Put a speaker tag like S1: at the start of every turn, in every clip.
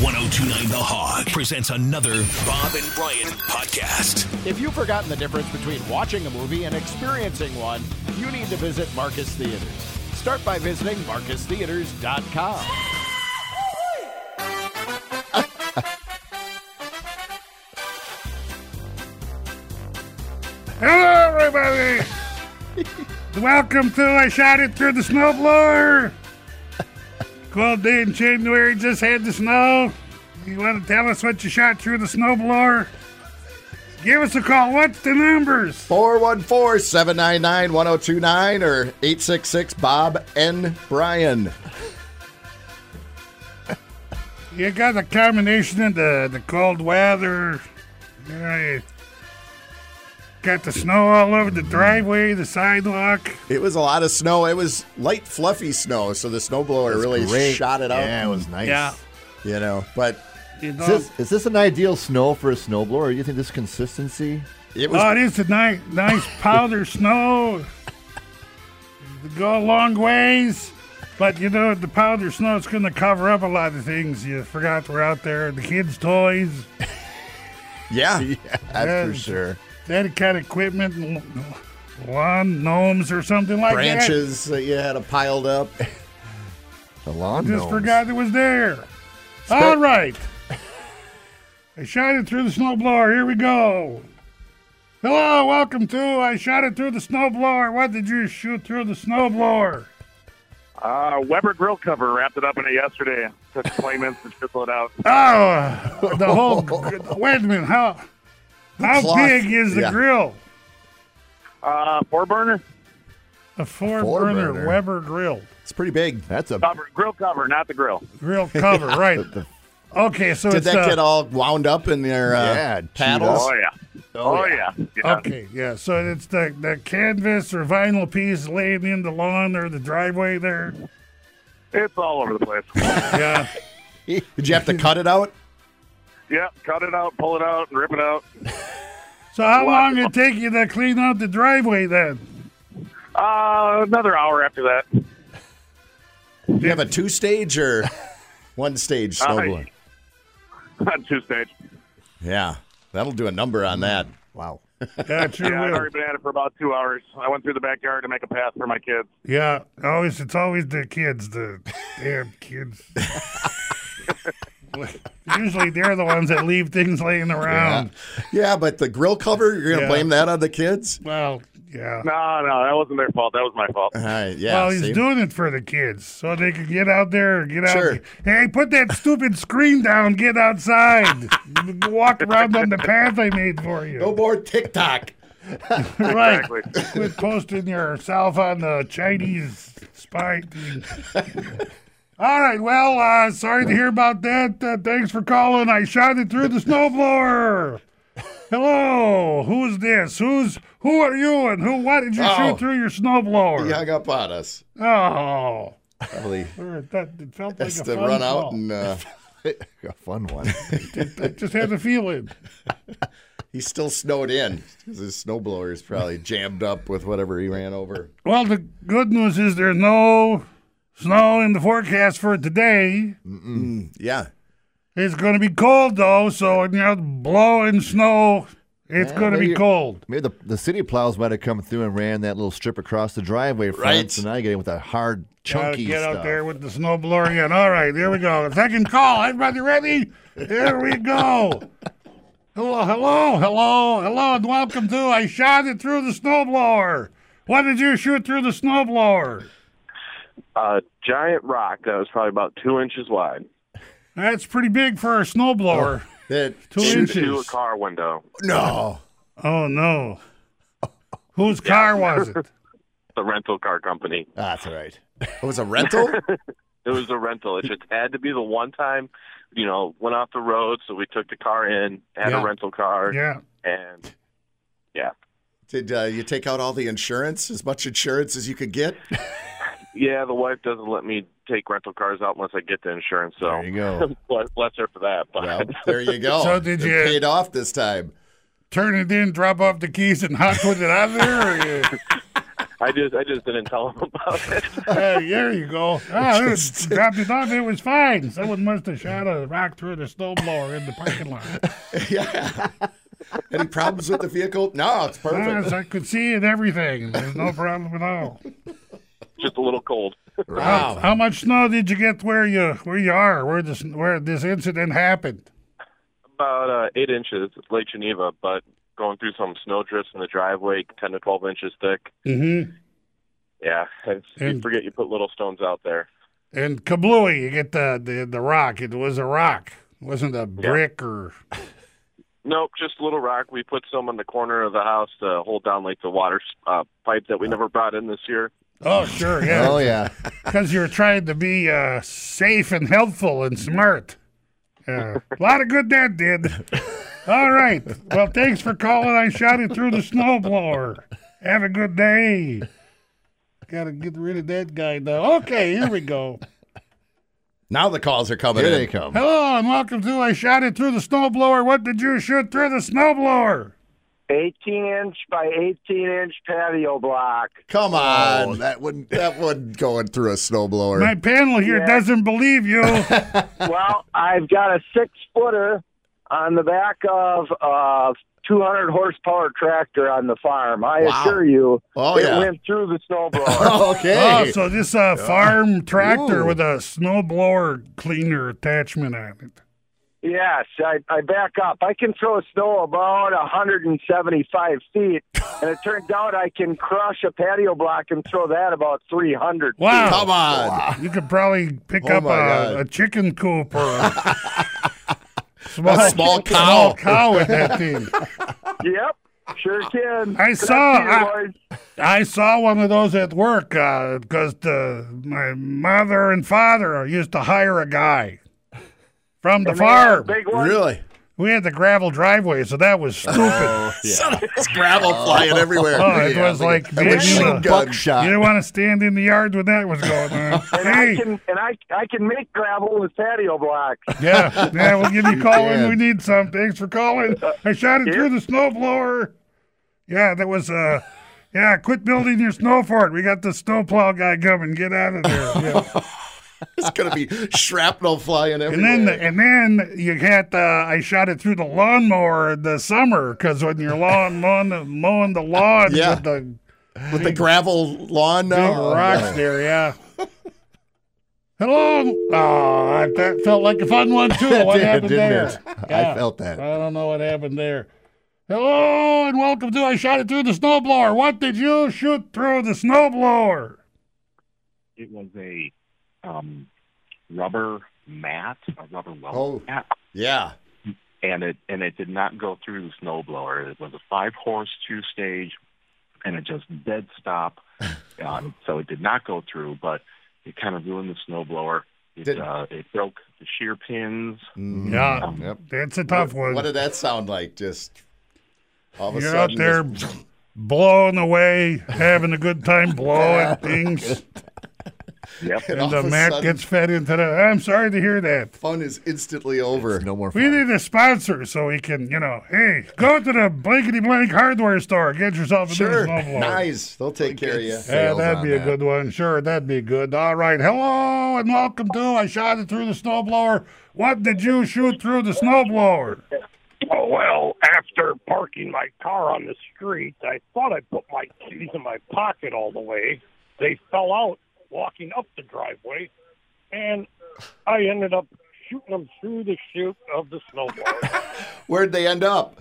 S1: 1029 The Hog presents another Bob and Brian podcast.
S2: If you've forgotten the difference between watching a movie and experiencing one, you need to visit Marcus Theaters. Start by visiting marcustheaters.com.
S3: Hello, everybody. Welcome to I Shot It Through the Snowblower. Cold day in January, just had the snow. You want to tell us what you shot through the snowblower? Give us a call. What's the numbers?
S4: 414 799 1029 or 866 Bob N. Brian.
S3: You got a combination of the, the cold weather. You know, you got the snow all over the driveway, the sidewalk.
S4: It was a lot of snow. It was light, fluffy snow, so the snowblower really shot it up.
S5: Yeah, it was nice.
S3: Yeah.
S4: You know, but
S3: You know,
S5: Is this, is this an ideal snow for a snowblower? Or do you think this consistency?
S4: it was
S3: Oh, it is a nice, nice powder snow. Go a long ways, but you know the powder snow is going to cover up a lot of things you forgot were out there. The kids' toys,
S4: yeah,
S5: That's
S3: Yeah.
S5: for sure.
S3: that kind of equipment, l- lawn gnomes or something like that.
S4: branches that you had piled up.
S5: The lawn
S3: Just
S5: gnomes.
S3: forgot it was there. All right, I shot it through the snowblower. Here we go. Hello, welcome to I shot it through the snowblower. What did you shoot through the snowblower?
S6: Uh, Weber grill cover wrapped it up in it yesterday. Took 20 minutes to chisel it out.
S3: Oh, the whole. wait a minute. How how
S4: cloth,
S3: big is the
S4: yeah.
S3: grill?
S6: Uh, four burner
S3: A four, burner,
S5: Four-burner.
S3: Weber grill.
S4: It's pretty big.
S5: That's a.
S6: cover, grill cover, not the grill.
S3: Grill cover, right? Okay, so
S4: Did
S3: it's
S4: that
S3: uh,
S4: get all wound up in their uh,
S5: Yeah, chewed
S4: paddles?
S6: Oh yeah, oh, yeah. yeah.
S3: okay, yeah. So it's the the canvas or vinyl piece laying in the lawn or the driveway there.
S6: It's all over the place.
S3: Yeah,
S4: Did you have to cut it out?
S6: yeah, cut it out, pull it out, and rip it out.
S3: so how
S6: Wow.
S3: long did it take you to clean out the driveway then?
S6: Uh, another hour after that.
S4: Did you have a two stage or one stage snowblower?
S6: On two stage.
S4: Yeah, that'll do a number on that.
S5: Mm. Wow.
S3: Yeah, it sure
S6: Yeah, I've
S3: will.
S6: already been at it for about two hours. I went through the backyard to make a path for my kids.
S3: Yeah, always it's always the kids, the damn kids. Usually they're the ones that leave things laying around.
S4: Yeah, but the grill cover, you're going to
S3: Yeah.
S4: blame that on the kids?
S3: Well, yeah.
S6: No, no, that wasn't their fault. That was my fault.
S4: All right, yeah.
S3: well, he's
S4: see?
S3: doing it for the kids, so they can get out there, and get out.
S4: Sure.
S3: Hey, put that stupid screen down. Get outside. Walk around on the path I made for you.
S4: No more TikTok.
S3: right.
S6: Exactly.
S3: Quit posting yourself on the Chinese spy team. All right. Well, uh, sorry to hear about that. Uh, thanks for calling. I shot it through the snowblower. Hello. Who's this? Who's who are you? And who? Why did you
S4: Oh.
S3: shoot through your snowblower?
S4: He hung up on us.
S3: Oh,
S4: Probably
S3: that it felt like
S4: has
S3: a
S4: to
S3: fun
S4: run out
S3: call.
S4: and uh,
S5: a fun one.
S3: I just had the feeling.
S4: he's still snowed in because his snowblower is probably jammed up with whatever he ran over.
S3: Well, the good news is there's no snow in the forecast for today.
S4: Yeah.
S3: It's going to be cold though, so you know, blowing snow. It's
S5: Yeah,
S3: going to be
S5: maybe-
S3: cold.
S5: Maybe the, the city plows might have come through and ran that little strip across the driveway. front,
S4: Right.
S5: So now you get in with that hard,
S3: Gotta
S5: chunky
S3: get
S5: stuff.
S3: out there with the snow blurring in. All right, here we go. Second call. Everybody ready? Here we go. Hello, hello, hello, hello, and welcome to I Shot It Through the Snowblower. What did you shoot through the snowblower?
S7: a giant rock that was probably about two inches wide.
S3: That's pretty big for a snowblower.
S4: That,
S3: Two
S7: Through a
S3: inches.
S7: car window.
S5: Ah,
S4: no.
S3: Oh, no. Whose car was it?
S7: The rental car company.
S5: That's all right.
S4: It was a rental?
S7: It was a rental. It just had to be the one time, you know, went off the road, so we took the car in, had
S3: Yeah.
S7: a rental car,
S3: Yeah.
S7: and yeah.
S4: Did uh, you take out all the insurance, as much insurance as you could get?
S7: Yeah, the wife doesn't let me take rental cars out unless I get the insurance, so
S5: There you go.
S7: bless- bless her for that. But
S4: Well, there you go.
S3: So did
S4: It
S3: you-
S4: paid off this time.
S3: Turn it in, drop off the keys, and hot put it out of there? Or you...
S7: I just I just didn't tell him about it.
S3: Hey, there you go. Ah, it was- dropped it off. It was fine. Someone must have shot a rock through the snowblower in the parking lot.
S4: yeah. Any problems with the vehicle? No, it's perfect.
S3: Yes, Ah, I could see it. Everything. There's no problem at all.
S7: just a little cold.
S4: Wow.
S3: How much snow did you get where you where you are? Where this where this incident happened?
S7: About uh, eight inches, Lake Geneva, but going through some snow drifts in the driveway, ten to twelve inches thick.
S3: Mm-hmm.
S7: Yeah, it's, you
S3: And-
S7: forget you put little stones out there.
S3: And kablooey, you get the, the the rock. It was a rock. It wasn't a brick or
S7: Nope, just a little rock. We put some in the corner of the house to hold down like the water uh, pipe that we never brought in this year.
S3: oh sure
S5: Oh
S3: yeah
S5: yeah,
S3: because you're trying to be uh, safe and helpful and smart. Yeah, a lot of good that did. All right. Well, thanks for calling. I shot it through the snowblower. Have a good day. Got to get rid of that guy now. Okay, here we go.
S4: Now the calls are coming
S5: here
S4: in.
S5: they come.
S3: Hello and welcome to I Shot It Through the Snowblower. What did you shoot through the snowblower?
S8: 18 inch by 18 inch patio block.
S5: Oh.
S4: Come on. That wouldn't that wouldn't go in through a snowblower.
S3: My panel here
S8: Yeah.
S3: doesn't believe you.
S8: well, I've got a six footer on the back of a 200 horsepower tractor on the farm. I
S4: Wow.
S8: assure you,
S4: Oh,
S8: it
S4: yeah.
S8: went through the snowblower.
S4: okay.
S3: Oh, so this uh, farm tractor
S4: Ooh.
S3: with a snowblower cleaner attachment on it.
S8: yes, I, I back up. I can throw snow about 175 feet, and it turns out I can crush a patio block and throw that about 300.
S3: Wow.
S4: Come on.
S3: You could probably pick
S4: Oh
S3: up
S4: my God.
S3: a, a chicken coop or a small,
S4: A small cow.
S3: small cow with that thing.
S8: Yep, sure can.
S3: I
S8: Good
S3: saw-
S8: afternoon,
S3: I-
S8: boys.
S3: I saw one of those at work because the my mother and father used to hire a guy from the
S8: And they had a
S3: farm.
S8: Big one.
S4: Really?
S3: We had the gravel driveway, so that
S4: Oh.
S3: was stupid.
S5: Oh.
S4: It's gravel flying everywhere.
S3: Oh, it was like
S4: a
S3: being
S4: machine
S3: a-
S4: gun.
S3: you
S5: Buckshot.
S3: didn't want to stand in the yard when that was going on.
S8: And I
S3: hey,
S8: can and I I can make gravel with patio blocks.
S3: yeah, yeah, we'll give you a call when
S5: can.
S3: we need some. Thanks for calling. I shot it through the snowblower. Yeah, that was uh yeah, quit building your snow fort. We got the snowplow guy coming. Get out of there.
S5: Oh,
S3: Yeah.
S4: It's going to be shrapnel flying everywhere.
S3: And then, and then you had uh, I shot it through the lawnmower in the summer because when you're lawn mowing, mowing the lawn
S4: Yeah.
S3: with the big
S4: with the gravel lawn
S5: Oh,
S4: now. Oh,
S3: rocks there, yeah. Hello. Oh, that felt like a fun one too. What
S5: It did,
S3: happened
S5: didn't
S3: there?
S5: it?
S3: Yeah.
S5: I felt that.
S3: I don't know what happened there. Hello and welcome to I shot it through the snowblower. What did you shoot through the snowblower?
S9: it was a um, rubber mat, a rubber weld
S4: Oh.
S9: mat,
S4: Yeah.
S9: and it and it did not go through the snowblower. It was a five horse two stage, and it just dead stop. uh, so it did not go through, but it kind of ruined the snowblower. It
S4: Did-
S9: uh, it broke the shear pins.
S3: Yeah,
S5: Yep.
S3: that's a tough one.
S4: Mm-hmm. What did that sound like? Just all of a
S3: You're out
S4: sudden.
S3: there
S4: just-
S3: blowing away, having a good time blowing things,
S9: Yep.
S4: and
S3: and
S4: all
S3: the
S4: of a
S3: mat
S4: sudden,
S3: gets fed into the. I'm sorry to hear that.
S4: fun is instantly over.
S5: No more
S3: We
S5: fun.
S3: need a sponsor so we can, you know, hey, go to the blankety blank hardware store, get yourself a
S4: Sure.
S3: new snowblower.
S4: Nice. They'll take care of you.
S3: Yeah,
S5: sales
S3: that'd
S5: on
S3: be a
S5: that.
S3: good one. Sure, that'd be good. All right. Hello and welcome to I Shot It Through the Snowblower. What did you shoot through the snowblower?
S10: Oh, well, after parking my car on the street, I thought I put my keys in my pocket all the way. They fell out walking up the driveway, and I ended up shooting them through the chute of the snowblower
S4: Where'd they end up?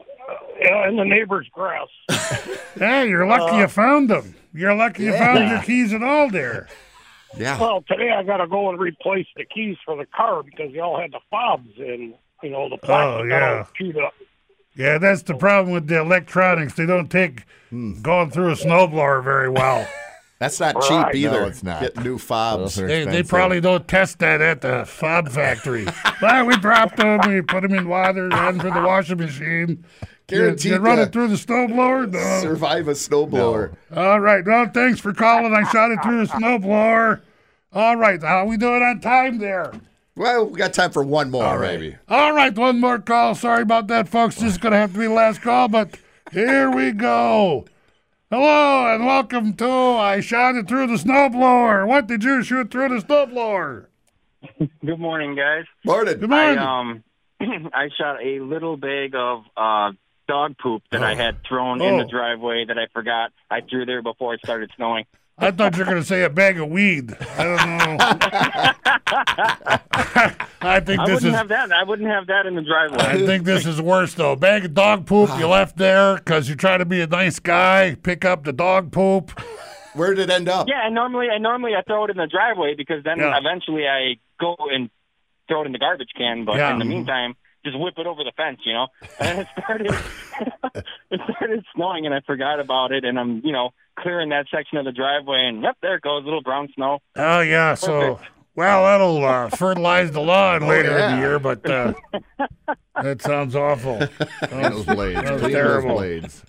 S10: uh, in the neighbor's grass.
S3: Hey, you're
S5: Uh,
S3: lucky you found them. You're lucky you found your keys at all there.
S5: Yeah.
S10: Well, today I got to go and replace the keys for the car because they all had the fobs and, you know, the plastic got
S3: yeah.
S10: all chewed up.
S3: Yeah, that's the problem with the electronics. They don't take
S5: Hmm.
S3: going through a snowblower very well.
S4: That's not
S10: Right.
S4: cheap either.
S5: No, it's not.
S4: Get new fobs.
S5: Those are
S3: They, they
S5: expensive.
S3: probably don't test that at the fob factory. but we dropped them, we put them in water, run through the washing machine. You,
S4: Guaranteed
S3: you run
S4: to-
S3: it through the snowblower? No.
S4: Survive a snowblower.
S3: All right. Well, thanks for calling. I shot it through the snowblower. All right. How we doing on time there?
S4: Well, we got time for one more, maybe.
S3: All right. One more call. Sorry about that, folks. This is going to have to be the last call, but here we go. Hello and welcome to I Shot It Through the Snowblower. What did you shoot through the snowblower?
S7: Good morning, guys.
S4: Morning.
S3: Good morning.
S7: I, um, I shot a little bag of uh, dog poop that I had thrown in the
S3: Oh.
S7: driveway that I forgot I threw there before it started snowing.
S3: I thought you were going to say a bag of weed. I don't know. I think
S7: I
S3: this is.
S7: wouldn't
S3: Uh.
S7: have that. I wouldn't have that in the driveway.
S3: I think this is worse though. Bag of dog poop you left there because you try to be a nice guy. Pick up the dog poop.
S4: Where did it end up?
S7: Yeah, and normally, and normally I throw it in the driveway because then
S3: Yeah.
S7: eventually I go and throw it in the garbage can. But
S3: Yeah.
S7: in the meantime, just whip it over the fence, you know. And it started, it started snowing, and I forgot about it. And I'm, you know, clearing that section of the driveway, and yep, there it goes, little brown snow.
S3: Oh yeah, so well that'll uh, fertilize the lawn later in the year, but uh, that sounds awful.
S4: Those blades.
S3: that was
S4: Clean
S3: terrible.
S4: Those blades.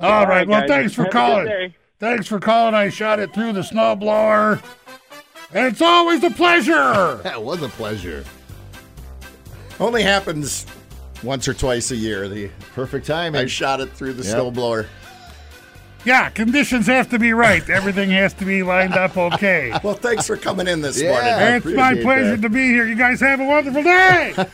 S3: All right, well
S7: guys.
S3: thanks for
S7: Have a good
S3: calling.
S7: day.
S3: Thanks for calling. I shot it through the snowblower. It's always a pleasure.
S4: That was a pleasure. Only happens once or twice a year. The
S2: Perfect timing.
S4: I shot it through the
S2: Yep.
S4: snowblower.
S3: Yeah, conditions have to be right. Everything has to be lined up okay.
S4: Well, thanks for coming in this
S2: Yeah.
S4: morning.
S2: I
S3: It's my
S2: appreciate
S3: pleasure
S2: that.
S3: to be here. You guys have a wonderful day.